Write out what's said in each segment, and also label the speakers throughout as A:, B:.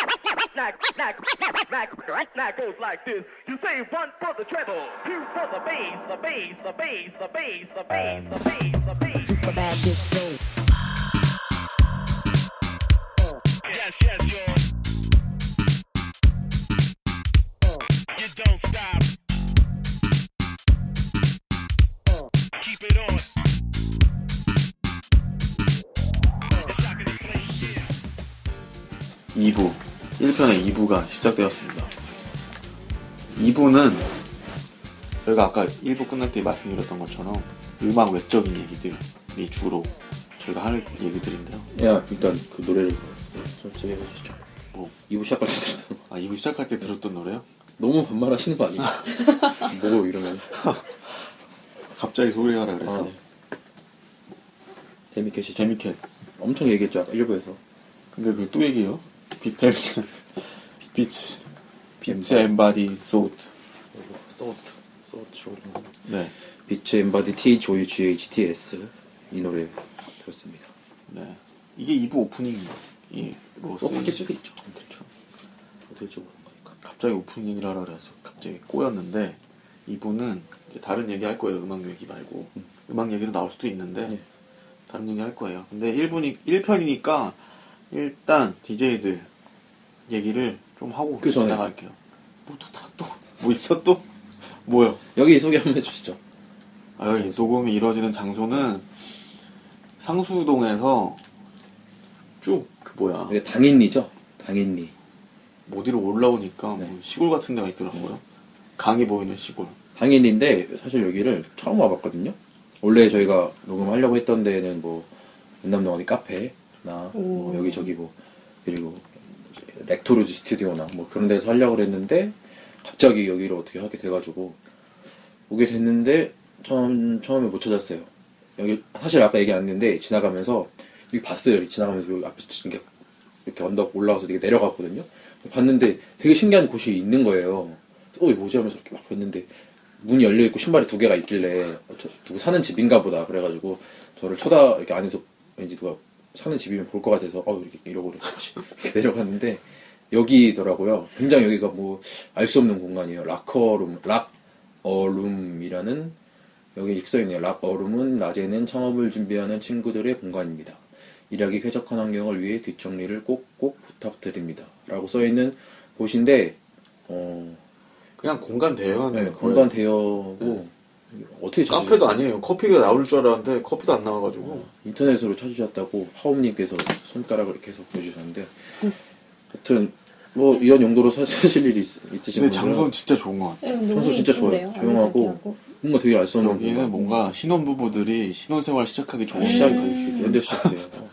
A: knack, knack, knack, knack, knack, knack goes like this. You say one for the treble, two for the bass, the bass, the bass, the bass, the bass, the bass, the bass.
B: super bad disco.
C: Yes, yes, yo. You don't stop. Keep it on. It's rocking the place, yeah.
D: 2부 1편의 2부가 시작되었습니다 2부는 저희가 아까 1부 끝날 때 말씀드렸던 것처럼 음악 외적인 얘기들이 주로 저희가 할 얘기들인데요
E: 야 일단 그 노래를 좀 진행해주시죠
D: 뭐,
E: 이부 시작할 때 들었던 거.
D: 아 2부 시작할 때 들었던 노래요?
E: 너무 반말하시는 거 아닌가 뭐 이러면
D: 갑자기 소개하라 그래서
E: 아. 데미켓이 죠
D: 데미캣
E: 엄청 얘기했죠 아까 1부에서
D: 근데 그 또 얘기해요? 비 데미캣 비츠 비츠 엠바디 소트
E: 뭐, 소트 소트
D: 네
E: 비츠 엠바디 THOUGHTS 이 노래 들었습니다
D: 네. 이게 2부 예, 오프닝이로
E: 또뭐 바뀔
D: 쓰인
E: 수도 있죠 그렇죠 어떨지 모르는 거니까
D: 갑자기 오프닝이라 그래서 갑자기 꼬였는데 이분은 이제 다른 얘기 할 거예요. 음악 얘기 말고 음악 얘기도 나올 수도 있는데
E: 예.
D: 다른 얘기 할 거예요. 근데 1분이 1편이니까 일단 DJ들 얘기를 좀 하고
E: 그 전에.
D: 지나갈게요. 뭐 뭐또다또뭐 있어 또 뭐요?
E: 여기 소개 한번 해주시죠
D: 아,
E: 네.
D: 여기 녹음이 이루어지는 장소는 상수동에서 쭉 그 뭐야
E: 이게 당인리죠 당인리
D: 어디로 올라오니까
E: 네.
D: 뭐 시골 같은 데가 있더라고요. 강이 보이는 시골.
E: 당인리인데 사실 여기를 처음 와봤거든요 원래 저희가 녹음하려고 했던 데는 뭐 연남동 어디 카페나 뭐 여기저기 뭐 그리고 렉토르즈 스튜디오나 뭐 그런 데서 하려고 그랬는데 갑자기 여기를 어떻게 하게 돼가지고 오게 됐는데 처음 처음에 못 찾았어요. 여기 사실 아까 얘기 안 했는데 지나가면서 여기 봤어요. 여기 지나가면서 여기 앞에 이렇게 이렇게 언덕 올라가서 되게 내려갔거든요. 봤는데 되게 신기한 곳이 있는 거예요. 그래서 어 이거 뭐지 하면서 이렇게 막 봤는데 문이 열려 있고 신발이 두 개가 있길래 어, 저, 누구 사는 집인가 보다 그래가지고 저를 쳐다 이렇게 안에서 왠지 누가 사는 집이면 볼 것 같아서 어 이렇게 이러고 이렇게 내려갔는데 여기더라고요. 굉장히 여기가 뭐 알 수 없는 공간이에요. 락커룸, 어, 락어룸이라는 여기 익서있네요. 락어룸은 낮에는 창업을 준비하는 친구들의 공간입니다. 일하기 쾌적한 환경을 위해 뒷정리를 꼭꼭 부탁드립니다. 라고 써있는 곳인데 어,
D: 그냥 공간 대여하는
E: 네,
D: 거예요.
E: 공간 대여고 어떻게 찾으셨어요?
D: 카페도 아니에요. 커피가 나올 줄 알았는데 커피도 안 나와가지고
E: 인터넷으로 찾으셨다고 하옴님께서 손가락을 이렇게 해서 보여주셨는데 하여튼 뭐 이런 용도로 사- 쓰실 일이 있, 있으신
D: 근데
E: 분들은
D: 장소는 진짜 좋은 것 같아요.
F: 네, 너무
E: 청소 진짜
F: 이쁜데요?
E: 좋아요. 조용하고
F: 아기자기하고.
E: 뭔가 되게 알 수 없는
D: 여기는
E: 공간.
D: 뭔가 신혼부부들이 신혼생활 시작하기
F: 음.
D: 좋은
E: 시작이
D: 데가 있어요.
E: 언제 시작돼요? 음. 어.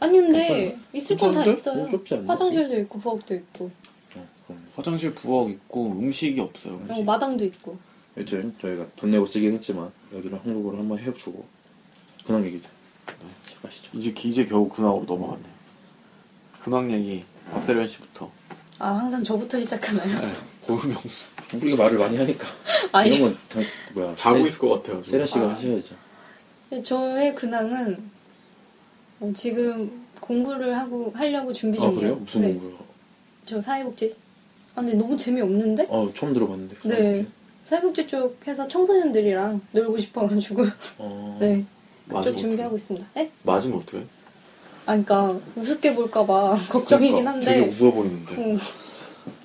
F: 아니 근데 있을 건 다
E: 괜찮은데?
F: 있어요.
E: 너무 좁지 않나?
F: 화장실도 있고 부엌도 있고
E: 어, 그럼.
D: 화장실 부엌 있고 음식이 없어요.
F: 그리고
D: 음식.
F: 마당도 있고
E: 여튼 저희가 돈 내고 쓰긴 했지만 여기를 한국어로 한번 해주고 그런 얘기죠.
D: 네,
E: 시작하시죠.
D: 이제 기- 이제 겨우 근황으로 넘어갔네요. 근황 얘기 박세련 씨부터.
F: 아 항상 저부터 시작하나요?
D: 네. 고유명수
E: 우리가 말을 많이 하니까
F: 아니.
E: 이런 건 당, 뭐야
D: 자고
E: 세-
D: 있을 것 같아요. 지금.
E: 세라 씨가 하셔야죠.
F: 근데 저의 근황은 어, 지금 공부를 하고 하려고 준비
E: 아
F: 중이에요.
E: 그래요? 무슨
F: 네,
E: 공부요?
F: 저 사회복지. 아 근데 너무 재미없는데?
E: 아 처음 들어봤는데.
F: 네. 사회복지 쪽 해서 청소년들이랑 놀고 싶어가지고
E: 어,
F: 네.
D: 맞으면
F: 좀
D: 어떡해?
F: 준비하고 있습니다. 네?
D: 맞으면 어떻게?
F: 아 그러니까 우습게 볼까봐 걱정이긴
D: 그러니까
E: 그러니까
D: 되게
F: 한데.
D: 웃어 보이는데.
F: 음,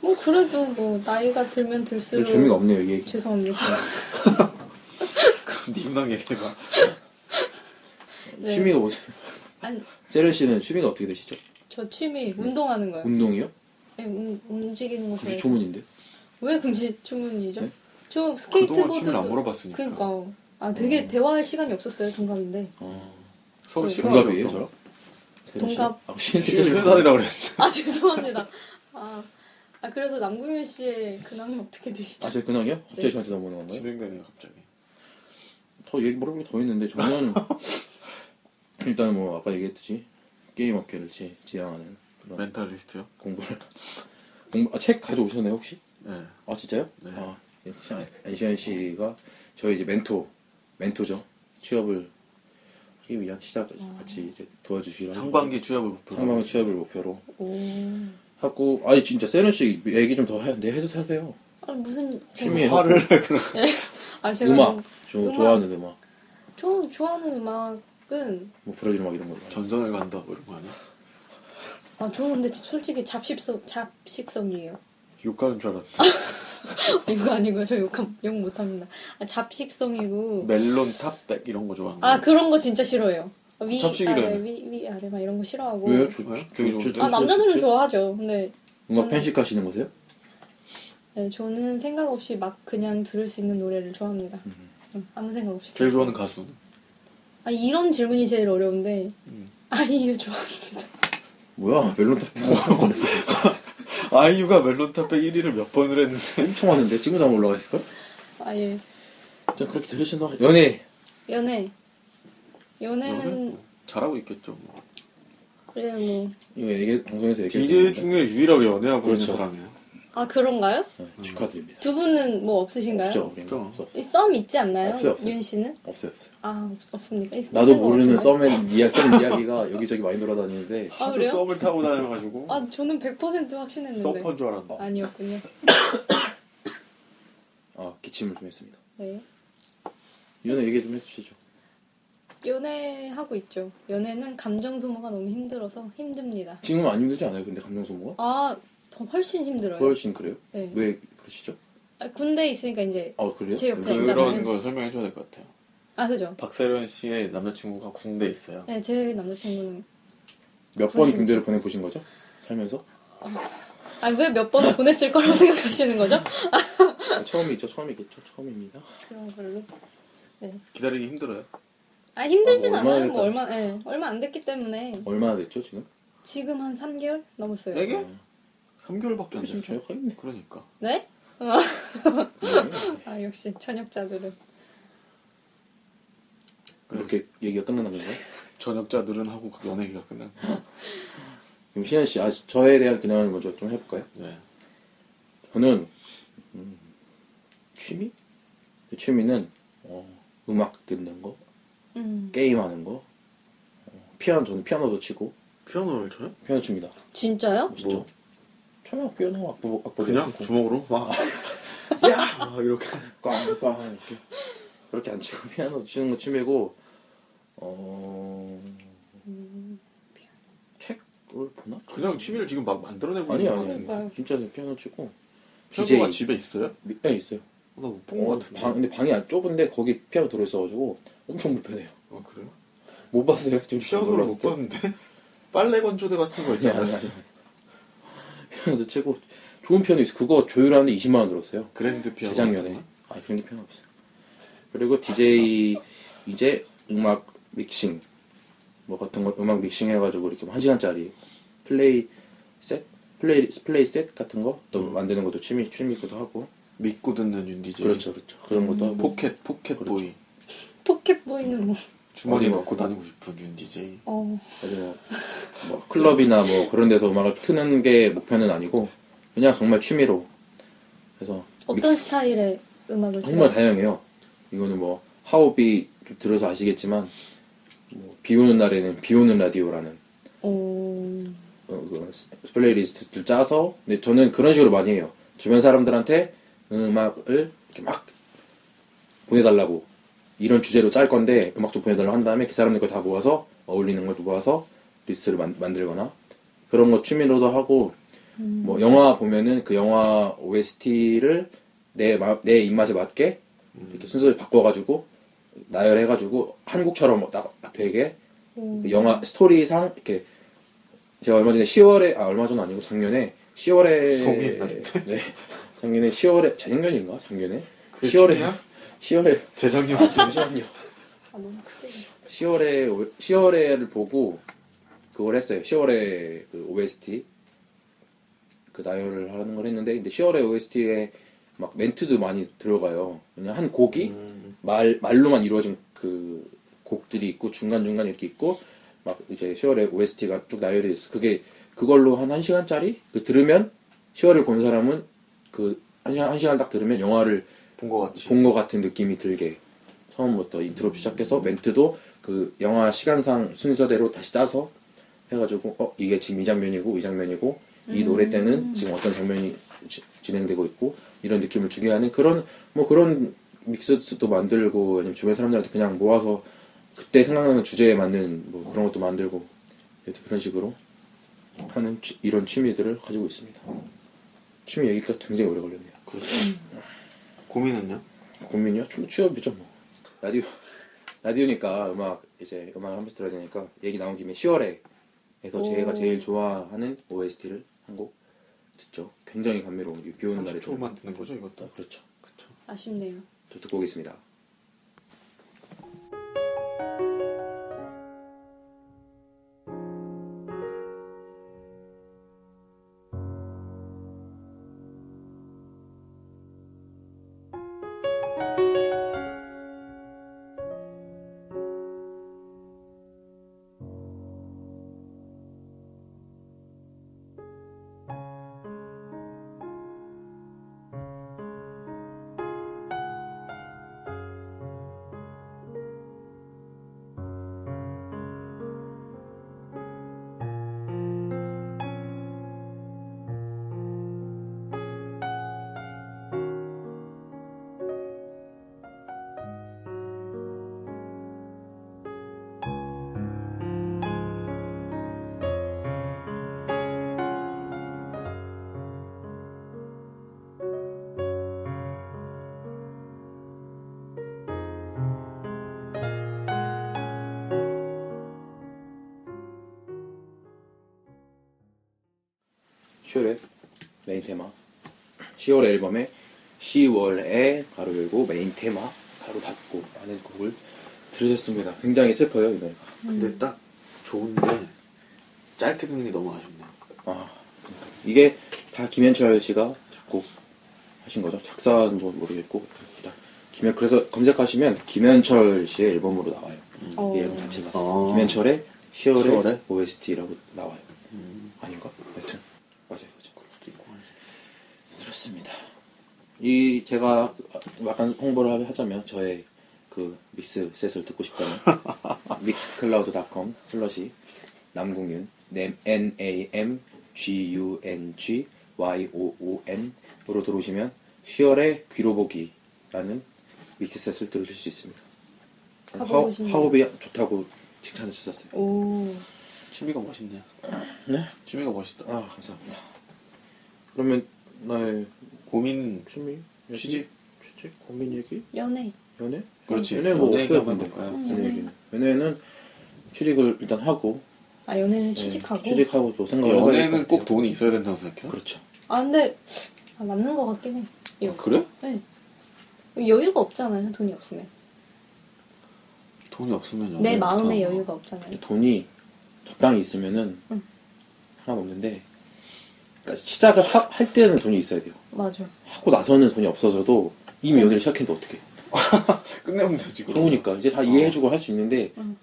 F: 뭐 그래도 뭐 나이가 들면
E: 좀
F: 들수록
E: 재미가 없네요 이 얘기.
F: 죄송합니다.
D: 네 근황 얘기해봐.
F: 네.
E: 취미가 뭐세요?
F: 아니
E: 세라 씨는 취미가 어떻게 되시죠?
F: 저 취미 운동하는 거예요.
E: 운동이요?
F: 네, 운- 움직이는 거
E: 혹시
F: 좋아해요.
E: 조문인데?
F: 왜 금시초문이죠?
E: 네?
F: 저
D: 그동안 춤을 안
F: 스케이트보드도
D: 물어봤으니까.
F: 그러니까 아 되게 대화할 시간이 없었어요 동갑인데
E: 어,
D: 서로
F: 네.
D: 싫어하죠,
E: 동갑이에요
D: 또.
E: 저랑? 세라 씨?
F: 동갑.
E: 아, 혹시
D: 네, 세
E: 세라 씨?
D: 살이라고 그랬는데.
F: 아 죄송합니다. 아, 아 그래서 남궁현 씨의 근황은 어떻게 되시죠?
E: 아, 제 근황이요? 갑자기
F: 네.
E: 저한테 넘어오는 건가요?
D: 진행되네요 갑자기.
E: 더 얘기 물어볼 게 더 있는데 저는 일단 뭐 아까 얘기했듯이 게임 업계를 지, 지향하는 그런
D: 네. 멘탈리스트요?
E: 공부를 공부 아, 책 가져오셨나요 혹시?
D: 네.
E: 아 진짜요?
D: 네.
E: 아 역시 안- 안시현 씨가 저희 이제 멘토 멘토죠 취업을 하기
F: 아.
E: 위한 시작 같이 이제 도와주시라
D: 상반기 취업을 목표로.
E: 상반기 취업을 목표로
F: 오,
E: 하고 아니 진짜 세련 씨 얘기 좀 더 해. 내 해도 하세요.
F: 아, 무슨
E: 취미.
F: 제가-
D: 화를 그런
F: 아 제가
E: 음악. 저
F: 음악.
E: 좋아하는 음악.
F: 저 좋아하는 음악은
E: 뭐 브라질 음악 이런 거.
D: 전선을 간다 뭐 이런 거 아니야?
F: 아 저는 근데 솔직히 잡식성 잡식성이에요.
D: 욕하는 줄 알았는데
F: 이거 아니고 저 욕함 욕 못합니다. 아,
E: 네.
F: 잡식성이고
D: 멜론 탑백 이런 거 좋아하는
F: 아
D: 거야?
F: 그런 거 진짜 싫어요. 위
D: 잡식이라며.
F: 아래 위, 위 아래 네, 막 이런 거 싫어하고.
E: 왜요? 저,
D: 뭐야?
E: 저-
D: 되게
E: 저-
D: 좋은데?
E: 저-
F: 아 남자들은
D: 진짜?
F: 좋아하죠. 근데
E: 음악 편식하시는 거세요?
F: 네, 저는 생각 없이 막 그냥 들을 수 있는 노래를 좋아합니다. 음, 아무 생각 없이.
D: 제일
F: 들을 수
D: 좋아하는 가수는?
F: 아 이런 질문이 제일 어려운데
E: 음.
F: 아이유 좋아합니다.
E: 뭐야? 멜론 탑
D: 아이유가 멜론 탑백 1위를 몇 번을 했는데
E: 엄청 많은데 지금도 안 올라가 있을걸?
F: 아예
E: 자 그렇게 들으신다. 연애.
F: 연애 연애는
D: 뭐, 잘하고 있겠죠 뭐.
F: 그냥 뭐.
E: 이거 얘기 방송에서 얘기했
D: DJ 중에 유일하게 연애하고
E: 그렇죠.
D: 있는 사람이야
F: 아 그런가요?
E: 어, 축하드립니다.
F: 두 분은 뭐 없으신가요?
D: 네,
E: 없죠. 우리는
D: 없죠.
E: 없어.
F: 이 썸 있지 않나요?
E: 없어요, 없어요.
F: 윤 씨는?
E: 없어요. 없어요.
F: 아 없, 네, 없습니까? 있-
E: 나도
F: 있는 거
E: 모르는
F: 같은데?
E: 썸의 이야 썸 이야기가 여기저기 많이 돌아다니는데
F: 아
D: 하도
F: 그래요?
D: 썸을 타고 다녀가지고
F: 아 저는 100% 확신했는데
D: 서퍼인 줄 알았는데
F: 아니었군요.
E: 아 기침을 좀 했습니다.
F: 네
E: 연애 얘기 좀 해주시죠.
F: 연애하고 있죠. 연애는 감정 소모가 너무 힘들어서 힘듭니다.
E: 지금은 안 힘들지 않아요? 근데 감정 소모가
F: 아 더 훨씬 힘들어요.
E: 훨씬 그래요?
F: 네.
E: 왜 그러시죠?
F: 아, 군대에 있으니까 이제
E: 아 그래요?
F: 제 옆에
E: 그럼
F: 있잖아요.
D: 그런 걸 설명해줘야 될 것 같아요
F: 아 그죠?
D: 박세련 씨의 남자친구가 군대에 있어요
F: 네 제 남자친구는
E: 몇 번 군대를 보내 보신 거죠? 살면서
F: 아 왜 몇 번을 보냈을 거라고 생각하시는 거죠?
E: 아, 처음이죠, 처음이겠죠, 처음입니다.
F: 그런 걸로.
D: 기다리기 힘들어요
F: 아 힘들진
E: 아, 뭐
F: 않아요. 뭐
E: 얼마나
F: 얼마 예 얼마 안 됐기 때문에
E: 얼마나 됐죠 지금?
F: 지금 한 3개월 넘었어요.
E: 네
D: 내게? 3개월밖에 안
E: 훨씬 뭐.
D: 됐어
E: 저녁 했네.
D: 그러니까
F: 네?
E: 네.
F: 아 역시 전역자들은
E: 이렇게 얘기가 끝나는 건가요?
D: 전역자들은 하고 그 연애기가 끝난 거야
E: 그럼 시현 씨, 아 저에 대한 근황을 먼저 좀 해볼까요?
D: 네.
E: 저는 음, 취미? 제 취미는 어, 음악 듣는 거,
F: 음.
E: 게임하는 거, 어, 피아노 저는 피아노도 치고
D: 피아노를 쳐요?
E: 피아노 칩니다.
F: 진짜요?
E: 진짜? 뭐? 처음에 피아노 악보 악보
D: 그냥
E: 대놓고
D: 주먹으로 어, 아. 막 야! 막 이렇게
E: 꽝꽝 이렇게 그렇게 안 치고 피아노 치는 거 취미고 어
F: 음.
E: 책을 보나?
D: 그냥 취미를 지금 막 만들어내고
E: 아니
D: 있는 것
E: 아니
D: 같은데
F: 아니.
E: 아니 진짜 피아노 치고
D: 피아노가 집에 있어요?
E: 미- 네 있어요.
D: 나못본 것
E: 어,
D: 같은데
E: 방, 근데 방이 안 좁은데 거기 피아노 들어있어가지고 엄청 불편해요.
D: 아 그래요?
E: 못 봤어요. 지금
D: 피아노를 못 봤는데 빨래 건조대 같은 거 있지
E: 아니, 아니,
D: 않았어요?
E: 아니. 피아노도 치고 좋은 피아노 있어요. 그거 조율하는데 20만 원 들었어요.
D: 그랜드 피아노
E: 재작년에.
D: 같은
E: 아 그런 게 필요 없어요. 그리고 DJ 이제 음악 믹싱 뭐 같은 거 음악 믹싱 해가지고 이렇게 뭐 한 시간짜리 플레이 셋 플레이 플레이 셋 같은 거또
D: 음.
E: 만드는 것도 취미 취미기도 하고
D: 거? 믿고 듣는 윤 DJ
E: 그렇죠 그렇죠 그런 것도 하고
D: 포켓 포켓 보이
F: 포켓 보이는 뭐.
D: 주머니에
E: 어디
D: 넣고
E: 뭐.
D: 다니고 싶은 윤 DJ
F: 어.
E: 아주 뭐, 뭐 클럽이나 뭐 그런 데서 음악을 트는 게 목표는 아니고 그냥 정말 취미로 그래서
F: 어떤
E: 믹스-
F: 스타일의 음악을
E: 정말
F: 들어요?
E: 다양해요. 이거는 뭐 하오비 좀 들어서 아시겠지만 뭐, 비 오는 날에는 비 오는 라디오라는
F: 어.
E: 어, 그 스- 플레이리스트를 짜서 근데 저는 그런 식으로 많이 해요. 주변 사람들한테 음악을 이렇게 막 보내달라고 이런 주제로 짤 건데 음악 좀 보내달라고 한 다음에 그 사람들 걸 다 모아서 어울리는 걸 모아서 리스트를 만, 만들거나 그런 거 취미로도 하고 뭐 영화 보면은 그 영화 OST를 내, 마- 내 입맛에 맞게 이렇게 순서를 바꿔가지고 나열해가지고 한국처럼 딱 되게 그 영화 스토리상 이렇게 제가 얼마 전에 10월에 아 얼마 전 아니고 작년에 10월에
D: 너무 옛날인데?
E: 네 작년에 10월에 재작년인가 작년에
D: 그게
E: 10월에
D: 취미야?
E: 10월에
D: 재작년
E: 잠시만요
F: 아 너무 크게.
E: 10월에 10월에를 보고 그걸 했어요 10월에 그 OST 그 나열을 하는 걸 했는데 근데 10월에 OST에 막 멘트도 많이 들어가요 그냥 한 곡이 말 말로만 이루어진 그 곡들이 있고 중간 중간 이렇게 있고 막 이제 10월에 OST가 쭉 나열이 있어. 그게 그걸로 한 1시간짜리 그 들으면 10월을 본 사람은 그 1시간 1시간 딱 들으면 영화를
D: 본거 같이
E: 본 것 같은 느낌이 들게 처음부터 인트로 시작해서 멘트도 그 영화 시간상 순서대로 다시 짜서 해가지고 어 이게 지금 이 장면이고 이 장면이고 이 노래 때는 지금 어떤 장면이 지- 진행되고 있고 이런 느낌을 주게 하는 그런 뭐 그런 믹스도 만들고 아니면 주변 사람들한테 그냥 모아서 그때 생각나는 주제에 맞는 뭐 그런 것도 만들고 여튼 그런 식으로 하는 취- 이런 취미들을 가지고 있습니다. 취미 얘기가 굉장히 오래 걸렸네요.
D: 그렇죠. 고민은요?
E: 고민이요? 출- 취업이죠 뭐. 라디오 라디오니까 음악 이제 음악 을 한 번씩 들어야 되니까 얘기 나온 김에 10월에에서 제가 제일 좋아하는 OST를 한 곡 듣죠. 굉장히 감미로운 이비 오는 날에
D: 30초만 듣는 거죠, 이것도?
E: 그렇죠. 그렇죠.
F: 아쉽네요.
E: 저 듣고 오겠습니다. 슈렛 메인 테마 10월 앨범에 10월에 가로 열고 메인 테마 가로 닫고 하는 곡을 들으셨습니다. 굉장히 슬퍼요 이 노래가.
D: 근데 딱 좋은데 짧게 듣는 게 너무 아쉽네요.
E: 아, 이게 다 김현철 씨가 작곡 하신 거죠? 작사는 뭐 모르겠고 일단 김현 그래서 검색하시면 김현철 씨의 앨범으로 나와요.
F: 어.
E: 이 앨범 자체가
D: 아.
E: 김현철의 10월의, 음.
D: 10월에?
E: OST라고 나와요. 아닌가? 여튼 맞아요, 맞아요. 그럴 수도 있고. 그렇습니다. 이 제가 약간 홍보를 하자면 저의 그 믹스 셋을 듣고 싶다면 믹스클라우드닷컴 슬러시 남궁윤 네, N A M G U N G Y O O N으로 들어오시면 10월의 귀로 보기라는 믹스 셋을 들으실 수 있습니다.
F: 가보고
E: 하-
F: 싶네요.
E: 하옵이 좋다고 칭찬해 주셨어요.
F: 오.
D: 취미가 멋있네요.
E: 네?
D: 취미가 멋있다.
E: 아 감사합니다. 그러면 네, 나의
D: 고민
E: 취미,
D: 취직?
E: 취직, 고민 얘기,
F: 연애.
E: 연애?
D: 그렇지.
E: 연애 뭐
D: 연애
E: 없어요,
D: 얘기하면
E: 근데.
D: 될까요?
E: 네,
F: 음.
E: 연애 얘기는. 연애는 취직을 일단 하고
F: 아
E: 네,
F: 연애는 취직하고.
E: 취직하고 또 생각을 해봐야 될것
D: 연애는
E: 같아요.
D: 꼭 돈이 있어야 된다고 생각해요?
E: 어, 그렇죠.
F: 아 근데 아, 남는 것 같긴 해. 이거.
D: 그래?
F: 네. 여유가 없잖아요. 돈이 없으면.
D: 돈이 없으면 연애
F: 내 마음에
D: 그렇죠.
F: 여유가 없잖아요.
E: 돈이 적당히 있으면은
F: 응.
E: 하나 없는데 그러니까 시작을 하- 할 때는 돈이 있어야 돼요.
F: 맞아.
E: 하고 나서는 돈이 없어져도 이미 연애를 시작했는데 어떻게?
D: 끝내면 되지 그럼.
E: 좋으니까 이제 다 이해해주고 할 수 있는데
F: 응.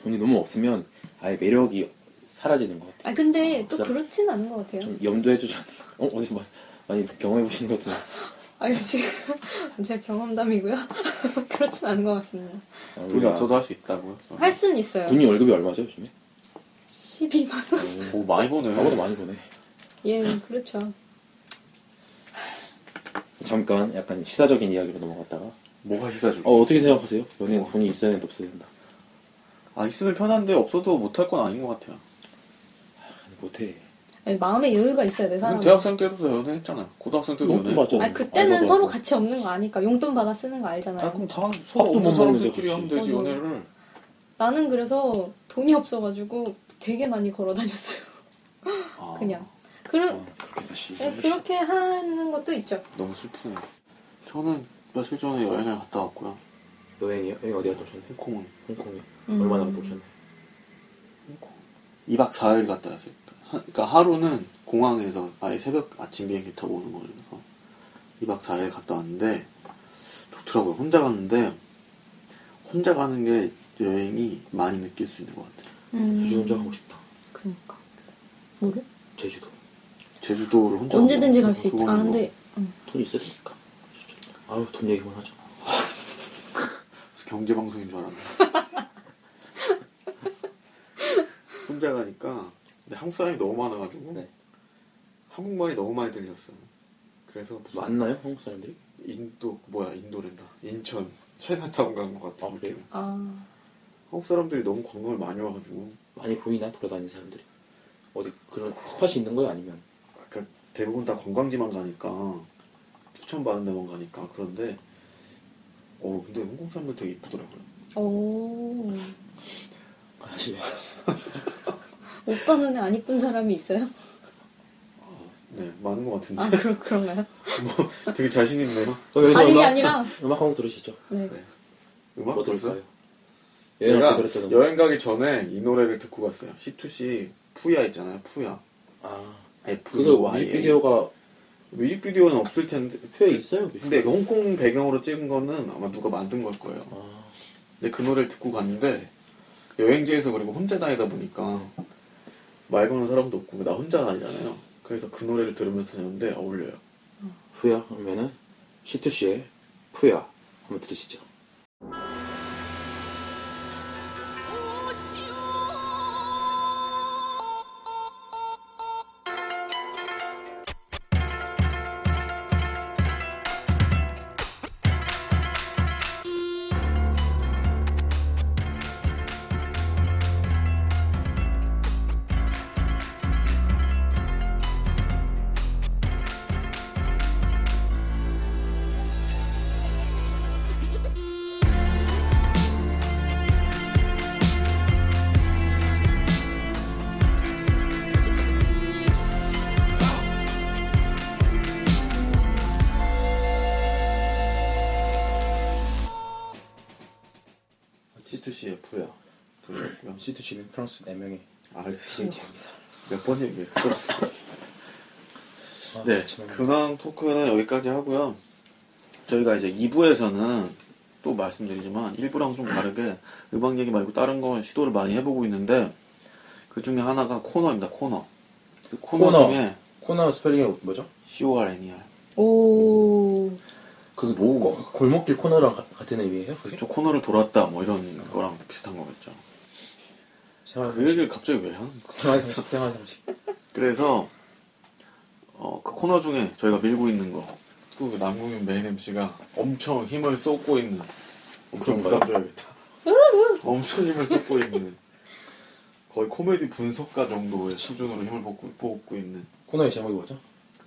E: 돈이 너무 없으면 아예 매력이 사라지는 것 같아요.
F: 아 근데 또
E: 진짜.
F: 그렇진 않은 것 같아요.
E: 좀 염두해주지 않을까? 어? 어디 많이, 많이 경험해보신 것 같은데.
F: 아니 지금 제가 경험담이고요. 그렇진 않은 것 같습니다.
E: 아,
D: 돈이
E: 우리가-
D: 없어도 할 수 있다고요?
F: 할 수는 있어요.
E: 군인 월급이 얼마죠, 요즘에?
F: 12만 원.
E: 음.
D: 오뭐 많이 버네.
E: 나보다 많이 버네.
F: 예, 그렇죠.
E: 잠깐 약간 시사적인 이야기로 넘어갔다가.
D: 뭐가 시사죠?
E: 어, 어떻게 생각하세요? 연예인 돈이 있어야 된다, 없어야 된다.
D: 아 있으면 편한데 없어도 못할 건 아닌 것 같아요.
E: 아니, 뭐 못해.
F: 아니, 마음의 여유가 있어야 돼그 사람.
D: 우리 대학생 때도 다 연애했잖아요. 고등학생 때도
E: 어,
D: 연애.
E: 맞죠. 뭐,
F: 아 그때는
E: 알바도
F: 서로
E: 하고.
F: 같이 없는 거 아니까 용돈 받아 쓰는 거 알잖아요.
D: 아 그럼 다 서로
E: 밥도 못
D: 없는
E: 먹는데
D: 사람들끼리 하면
E: 그치.
D: 되지
F: 맞아.
D: 연애를.
F: 나는 그래서 돈이 없어가지고 되게 많이 걸어 다녔어요.
D: 아,
F: 그냥. 그런
E: 뭐. 어,
D: 아, 그렇게 다시.
F: 네, 그렇게 하는 것도 있죠.
D: 너무 슬프네요. 저는 며칠 전에 여행을 갔다 왔고요.
E: 여행이요? 여행 어디 갔다 오셨나요?
D: 홍콩은
E: 홍콩이요.
F: 음.
E: 얼마나 갔다 오셨나요?
D: 2박 4일 갔다 왔어요. 하- 그러니까 하루는 공항에서 아예 새벽 아침 비행기 타고 오는 거라서 2박 4일 갔다 왔는데 좋더라고요. 혼자 갔는데 혼자 가는 게 여행이 많이 느낄 수 있는 것 같아요.
E: 제주 혼자 가고 싶다.
F: 그러니까. 음. 뭐래?
E: 제주도.
D: 제주도를 혼자
F: 언제든지
D: 가고
F: 갈 수 있죠. 아
D: 그거는 어, 뭐
F: 근데 음.
E: 돈 있어야 되니까. 아유, 돈 얘기만 하자.
D: 그래서 경제 방송인 줄 알았네. 혼자 가니까 근데 한국 사람이 너무 많아가지고
E: 네.
D: 한국말이 너무 많이 들렸어. 그래서 무슨
F: 아,
E: 맞나요 한국 사람들이?
D: 인도 뭐야 인도랜다. 인천 차이나타운 간 것 같은
E: 아, 그래요?
D: 느낌.
F: 아,
D: 한국 사람들이 너무 관광을 많이 와가지고
E: 많이 보이나 돌아다니는 사람들이? 어디 그런 스팟이 있는 거예요 아니면?
D: 그러니까 대부분 다 관광지만 가니까 추천받은 데만 가니까 그런데 어 근데 홍콩 사람들 되게 이쁘더라고요.
F: 오.
E: 사실
F: 오빠 눈에 안 이쁜 사람이 있어요?
D: 네 많은 것 같은데
F: 아, 그런, 그런가요?
D: 뭐 되게 자신 있네요.
F: 아니, 이게 아니라.
E: 음악 한곡 들으시죠.
F: 네.
D: 음악
E: 뭐
D: 벌써?
E: 들을까요? 여행
D: 내가
E: 때 들었던 음악.
D: 여행 가기 전에 이 노래를 듣고 갔어요. C2C 푸야 있잖아요. 푸야.
E: 아
D: F
E: 그거
D: U Y A.
E: 뮤직비디오가
D: 뮤직비디오는 없을 텐데
E: 표에 있어요. 뮤직비디오.
D: 근데 그 홍콩 배경으로 찍은 거는 아마 누가 만든 걸 거예요.
E: 아,
D: 근데 그 노래를 듣고 갔는데 여행지에서 그리고 혼자 다니다 보니까 말 거는 사람도 없고 나 혼자 다니잖아요. 그래서 그 노래를 들으면서 다녔는데 어울려요.
E: 후야 그러면은 시투시의 푸야 한번 들으시죠. 아,
D: C2C F야. 들었고요.
E: 시투시는 프랑스 4명의
D: 알겠어요.
E: CAT입니다.
D: 몇 번 얘기했어.
E: 아,
D: 네,
E: 그렇죠.
D: 근황 토크는 여기까지 하고요. 저희가 이제 2부에서는 또 말씀드리지만 1부랑 좀 다르게 음악 얘기 말고 다른 거 시도를 많이 해보고 있는데 그 중에 하나가 코너입니다. 코너. 그 코너,
E: 코너.
D: 중에
E: 코너 스펠링이 뭐죠?
D: CORNER.
F: 오.
E: 그게 뭐 골목길 코너랑 가- 같은 의미예요? 그게?
D: 그쪽 코너를 돌았다 뭐 이런 거랑 비슷한 거겠죠.
E: 생활
D: 그 얘기를 갑자기 왜 하는 거야?
E: 생활 상식 생활 상식.
D: 그래서 어, 그 코너 중에 저희가 밀고 있는 거. 또그 남궁윤 메인 MC가 엄청 힘을 쏟고 있는 엄청
E: 그런가요?
D: 부담 줘야겠다. 엄청 힘을 쏟고 있는 거의 코미디 분석가 정도의 수준으로 힘을 뽑고, 뽑고 있는
E: 코너의 제목이 뭐죠?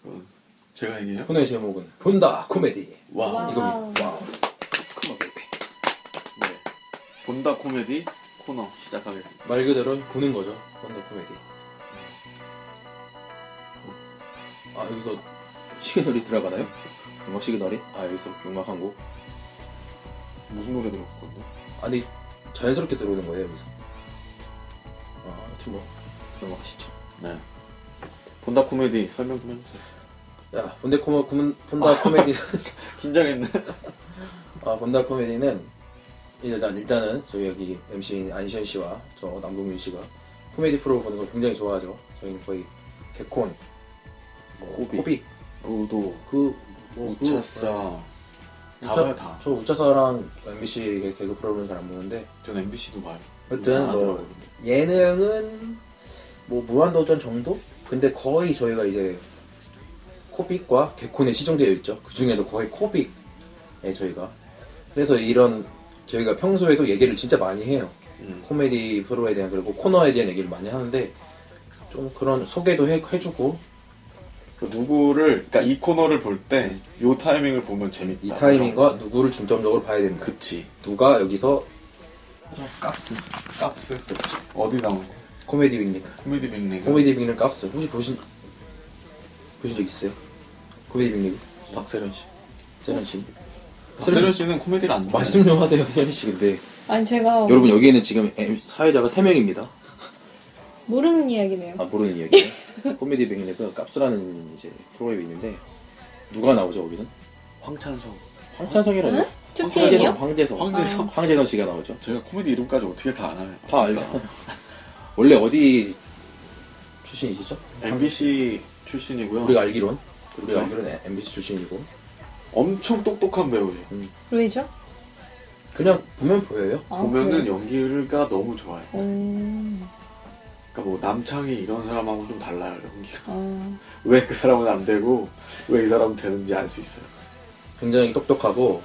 D: 그건 제가 얘기해요?
E: 코너의 제목은 본다 코미디
D: 와
E: 이겁니다. 와우. 컴온 베이비.
D: 네. 본다 코미디 코너 시작하겠습니다
E: 말 그대로 보는 거죠. 본다 코미디. 음. 아 여기서 시그널이 들어가나요? 음악 시그널이? 아 여기서 음악 한 곡.
D: 무슨 노래 들어올 건데?
E: 아니 자연스럽게 들어오는 거예요 여기서. 아 하여튼 뭐 넘어가시죠.
D: 네 본다 코미디 설명 좀 해주세요
E: 야 본다 코마 군-
D: 아.
E: 본다 코미디
D: 긴장했네
E: 아, 본다 코미디는 일단 일단은 저희 여기 MC 안시현 씨와 저 남궁윤 씨가 코미디 프로 보는 걸 굉장히 좋아하죠. 저희는 거의 개콘, 뭐
D: 코빅.
E: 코빅,
D: 우도
E: 그뭐
D: 우차싸 다 봐요 다.
E: 저 우차사랑 MBC 개그 프로그램 잘안 보는데
D: 전 MBC도 봐요.
E: 하여튼
D: 안
E: 뭐
D: 들어가거든요.
E: 예능은 뭐 무한도전 정도? 근데 거의 저희가 이제 코빅과 개콘에 시중되어 있죠. 그 중에서 거의 코빅에 저희가 그래서 이런 저희가 평소에도 얘기를 진짜 많이 해요.
D: 음.
E: 코미디 프로에 대한 그리고 코너에 대한 얘기를 많이 하는데 좀 그런 소개도 해, 해주고
D: 그 누구를 그러니까 이 코너를 볼 때 요 타이밍을 보면 재밌다.
E: 이 타이밍과 누구를 중점적으로 봐야 됩니다.
D: 그치.
E: 누가 여기서
D: 값스 어디 나온 거?
E: 코미디 빅리가
D: 코미디 빅리그.
E: 코미디 빅리는 값을 혹시 보신 보신 적 있어요? 코미디 빅리그
D: 박세련 씨.
E: 세련 씨
D: 아, 박세련 씨는 코미디를 안 좋아해.
E: 말씀 좀 하세요 세련 씨 근데
F: 아니, 제가
E: 음. 여러분 여기에는 지금 M- 사회자가 3명입니다
F: 모르는 이야기네요.
E: 아 모르는 이야기예요 코미디 빅리그 값스라는 이제 프로그램이 있는데 누가 나오죠 거기는?
D: 황찬성.
E: 황찬성이라는
F: 응? 투게임이요?
E: 황재성
D: 황재성.
E: 황재성 씨가 나오죠
D: 제가 코미디 이름까지 어떻게 다 아나요?
E: 다 알잖아요 원래 어디 출신이시죠?
D: 아, MBC 출신이고요.
E: 우리가 알기론
D: 그렇죠.
E: 우리가 알기론 MBC 출신이고
D: 엄청 똑똑한 배우예요.
F: 왜죠?
E: 그냥 보면 보여요
F: 아,
D: 보면은
F: 그래요?
D: 연기가 너무 좋아요.
F: 음.
D: 그러니까 뭐 남창이 이런 사람하고 좀 달라요 연기가.
F: 어,
D: 왜 그 사람은 안 되고 왜 이 사람은 되는지 알 수 있어요.
E: 굉장히 똑똑하고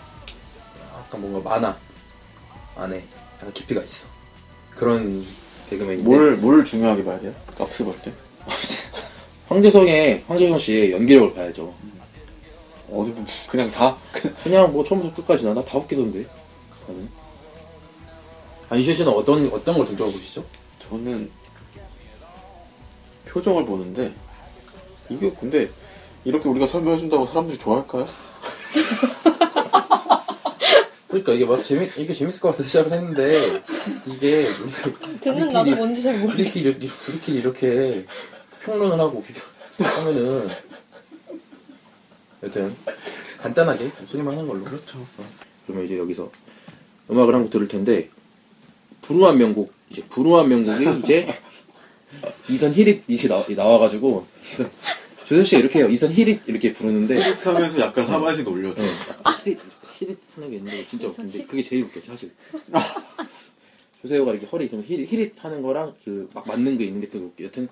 E: 약간 뭔가 많아 안에 약간 깊이가 있어 그런 개그맨인데
D: 뭘, 뭘 중요하게 봐야 돼요? 값을 볼 때?
E: 황재성의 황재성 씨의 연기력을 봐야죠
D: 어디 뭐 그냥 다?
E: 그냥 뭐 처음부터 끝까지 나다 웃기던데 나는. 안시현 씨는 어떤 어떤 걸 중점으로 보시죠?
D: 저는 표정을 보는데 이게 근데 이렇게 우리가 설명해준다고 사람들이 좋아할까요?
E: 그러니까 이게 막 재미 이게 재밌을 것 같아서 시작을 했는데 이게
F: 듣는 나도 뭔지 잘 모르.
E: 우리끼리 이렇게 우리끼리 이렇게 평론을 하고 비평하면은 여튼 간단하게 소리만 하는 걸로 그렇죠. 그러면 이제 여기서 음악을 한 곡 들을 텐데 불우한 명곡 이제 불우한 명곡이 이제 이선 히릿 이 나와가지고 이선 조세 씨가 이렇게 해요. 이선 히릿 이렇게 부르는데
D: 하면서 약간 한 번씩 놀려줘.
E: 네, 약간 히릿 히릿 하는 게 있는데 진짜 웃긴데 그게 제일 웃겨 사실. 조세호가 이렇게 허리 좀 히릿, 히릿 하는 거랑 그 막 맞는 게 있는데 그게 웃겨. 여튼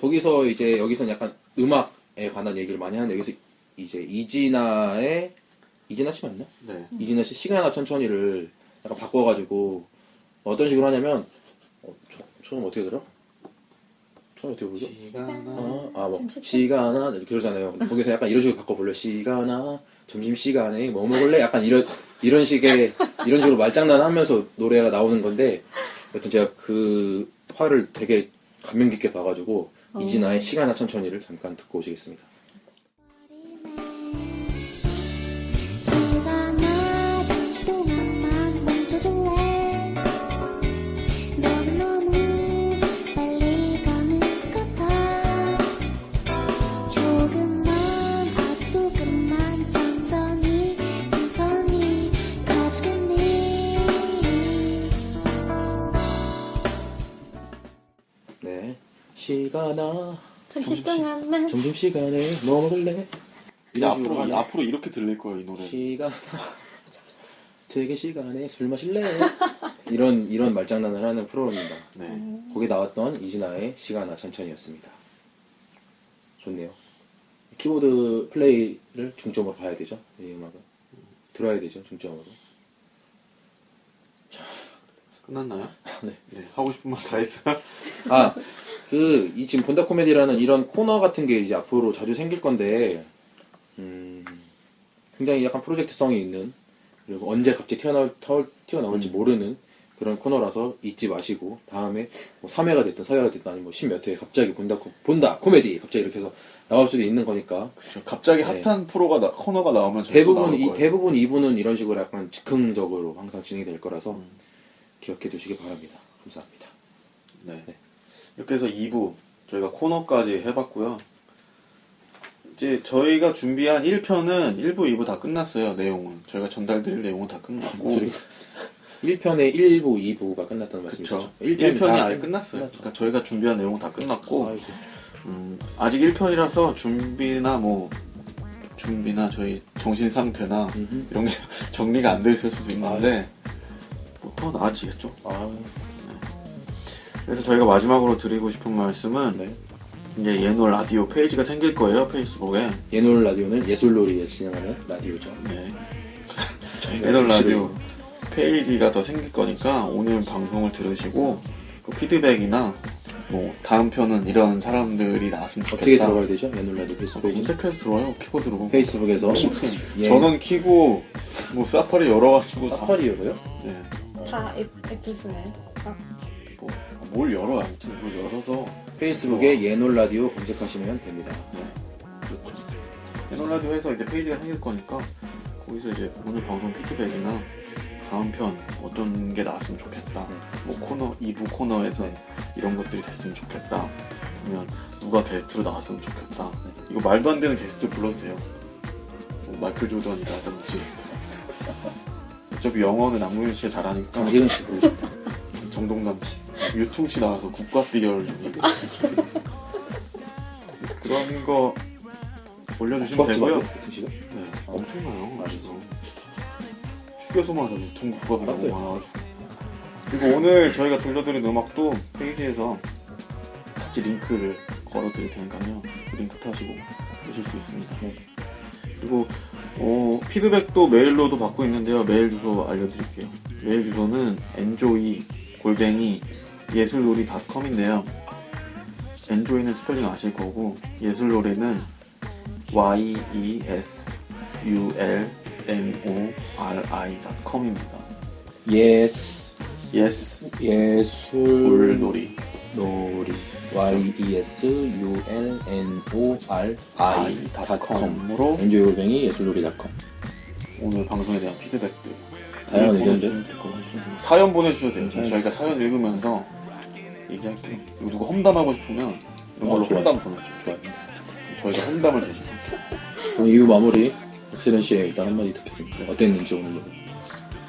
E: 거기서 이제 여기서는 약간 음악에 관한 얘기를 많이 하는데 여기서 이제 이진아의 이진아 씨 맞나?
D: 네.
E: 이진아 씨 시간이나 천천히를 약간 바꿔가지고 어떤 식으로 하냐면 어, 저, 처음 어떻게 들어? 처음 어떻게 부르죠? 아, 뭐,
F: 잠시
E: 시간아, 이렇게 그러잖아요. 근데 거기서 약간 이런 식으로 바꿔볼래. 시간아, 점심시간에 뭐 먹을래? 약간 이런, 이런 식의, 이런 식으로 말장난 하면서 노래가 나오는 건데, 여튼 제가 그 화를 되게 감명 깊게 봐가지고, 이진아의 시간아 천천히를 잠깐 듣고 오시겠습니다.
B: 아, 네. 시간아 잠시 동안 난 멈춰줄래 너는 너무 빨리 가는 것 같아 조금만 아주 조금만 천천히 천천히 가주겠니
E: 네. 시간아,
F: 잠시 동안만
E: 점심시간에 뭐 먹을래?
D: 이제
E: 이런 식으로
D: 앞으로,
E: 하네.
D: 이- 앞으로 이렇게 들릴 거예요, 이 노래.
E: 시간 퇴근 시간에 술 마실래? 이런 이런 말장난을 하는 프로입니다.
D: 네.
E: 거기 나왔던 이진아의 시간아 천천히였습니다. 좋네요. 키보드 플레이를 중점으로 봐야 되죠. 이 음악은 들어야 되죠. 중점으로.
D: 끝났나요?
E: 네.
D: 네. 하고 싶은 말 다 했어요?
E: 아, 그, 이 지금 본다 코미디라는 이런 코너 같은 게 이제 앞으로 자주 생길 건데, 음, 굉장히 약간 프로젝트성이 있는, 그리고 언제 갑자기 튀어나올, 터-
D: 음.
E: 튀어나올지 모르는 그런 코너라서 잊지 마시고, 다음에 뭐 3회가 됐든 4회가 됐든 아니면 뭐 10몇 회에 갑자기 본다, 코- 본다 코미디! 갑자기 이렇게 해서 나올 수도 있는 거니까,
D: 그렇죠. 갑자기
E: 네.
D: 핫한 프로가, 나- 코너가 나오면 절대
E: 대부분,
D: 나올
E: 이,
D: 거예요.
E: 대부분 이분은 이런 식으로 약간 즉흥적으로 항상 진행이 될 거라서
D: 음.
E: 기억해 두시기 바랍니다. 감사합니다.
D: 네.
E: 네.
D: 이렇게 해서 2부 저희가 코너까지 해봤고요. 이제 저희가 준비한 1편은 1부, 2부 다 끝났어요. 내용은 저희가 전달드릴 내용은 다 끝났고
E: 목소리. 1편의 1부, 2부가 끝났다는 말씀이시죠? 아,
D: 그렇죠. 1편이 아예 끝났어요. 그러니까 저희가 준비한 내용은 다 끝났고 음, 아직 1편이라서 준비나 뭐 준비나 저희 정신 상태나
E: 음흠.
D: 이런 게 정리가 안 돼 있을 수도 있는데 뭐 더 나아지겠죠.
E: 아,
D: 그래서 저희가 마지막으로 드리고 싶은 말씀은
E: 네.
D: 이제 예노 라디오 페이지가 생길 거예요 페이스북에.
E: 예놀 라디오는 예술놀이에 진행하는 라디오죠.
D: 네.
E: 저희가
D: 에널
E: MC로
D: 라디오 페이지가 더 생길 거니까 오늘 방송을 들으시고 그 피드백이나 뭐 다음 편은 이런 사람들이 나왔으면 좋겠다.
E: 어떻게 들어가야 되죠? 예놀 라디오
D: 아,
E: 페이스북
D: 검색해서 들어와요 키보드로.
E: 페이스북에서 예,
D: 전원 키고 뭐 사파리 열어가지고 다.
E: 사파리어고요.
D: 네.
E: 아,
F: 다
E: 네.
F: 아, 앱- 애플 쓰나요?
D: 뭐뭘 열어 아무튼 뭘 열어서
E: 페이스북에 예놀 라디오 검색하시면 됩니다.
D: 에널 라디오 해서 이제 페이지가 생길 거니까 거기서 이제 오늘 방송 피드백이나 다음 편 어떤 게 나왔으면 좋겠다.
E: 네.
D: 뭐 코너 2부 코너에서
E: 네.
D: 이런 것들이 됐으면 좋겠다. 아니면 누가 게스트로 나왔으면 좋겠다.
E: 네.
D: 이거 말도 안 되는 게스트 불러도 돼요. 뭐 마이클 조던이라든지. 어차피 영어는 안무윤 씨가 잘하니까
E: 장재근 씨 보고 싶다.
D: 정동남 씨, 유충 씨 나와서 국가 비결 중에 그런 거 올려주시면 되고요.
E: 유통 씨가?
D: 네, 엄청나요.
E: 알겠어.
D: 휴게소마다 유통 국가 비결
E: 맞아요.
D: 많아가지고. 그리고 오늘 저희가 들려드린 음악도 페이지에서 같이 링크를 걸어드릴 테니까요. 그 링크 타시고 보실 수 있습니다. 네. 그리고 어, 피드백도 메일로도 받고 있는데요. 메일 주소 알려드릴게요. 메일 주소는 enjoy 골뱅이 예술놀이.com인데요. enjoy는 스펠링 아실 거고 예술놀이는 y e s u l n o r i.com입니다.
E: 예스
D: yes
E: 예술
D: 골놀이
E: 놀이 Y E S U L N O R I com
D: i.com으로
E: 엔조이 골뱅이 예술놀이닷컴
D: 오늘 방송에 대한 피드백들
E: 다양한
D: 보내주시면
E: 의견들? 네.
D: 될것 같습니다. 사연 보내주셔도 돼요
E: 사연.
D: 저희가 사연 읽으면서 얘기할게요 그리고 누구 험담하고 싶으면 이런 걸로
E: 어, 좋아요.
D: 험담 보내줘
E: 좋아요
D: 저희가 험담을 대신
E: 그럼 이후 마무리 박세련 씨의 일단 한마디 듣겠습니다 어땠는지 오늘 녹음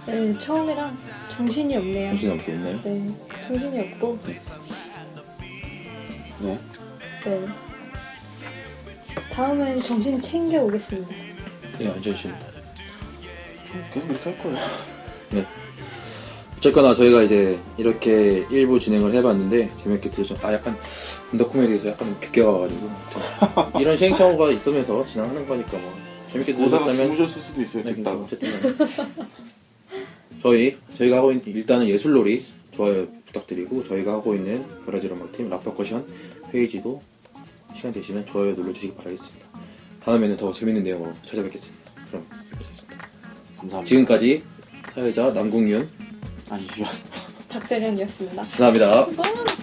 F: 네, 처음이라 정신이 없네요.
E: 정신 없게 했나요?
F: 네, 정신이 없고,
D: 네
F: 네. 다음엔 정신 챙겨 오겠습니다.
E: 네 안전 씨
D: 계속 이렇게 할 거예요
E: 네. 어쨌거나 저희가 이제 이렇게 일부 진행을 해봤는데 재밌게 들으셨 아 약간 군더 코미디에서 약간 깊게 가가지고 좀 이런 시행착오가 있으면서 진행하는 거니까 뭐 재밌게
D: 오다가
E: 들으셨다면
D: 주무셨을 수도 있어요
E: 네,
D: 듣다가
E: 어쨌든 저희 저희가 하고 있는 일단은 예술놀이 좋아요 부탁드리고 저희가 하고 있는 브라질 음악팀 라퍼커션 페이지도 시간 되시면 좋아요 눌러주시기 바라겠습니다. 다음에는 더 재밌는 내용으로 찾아뵙겠습니다. 그럼 여기까지입니다.
D: 감사합니다
E: 지금까지 사회자 남궁윤
D: 안쉬
F: 박세련이었습니다.
E: 감사합니다.
F: 와.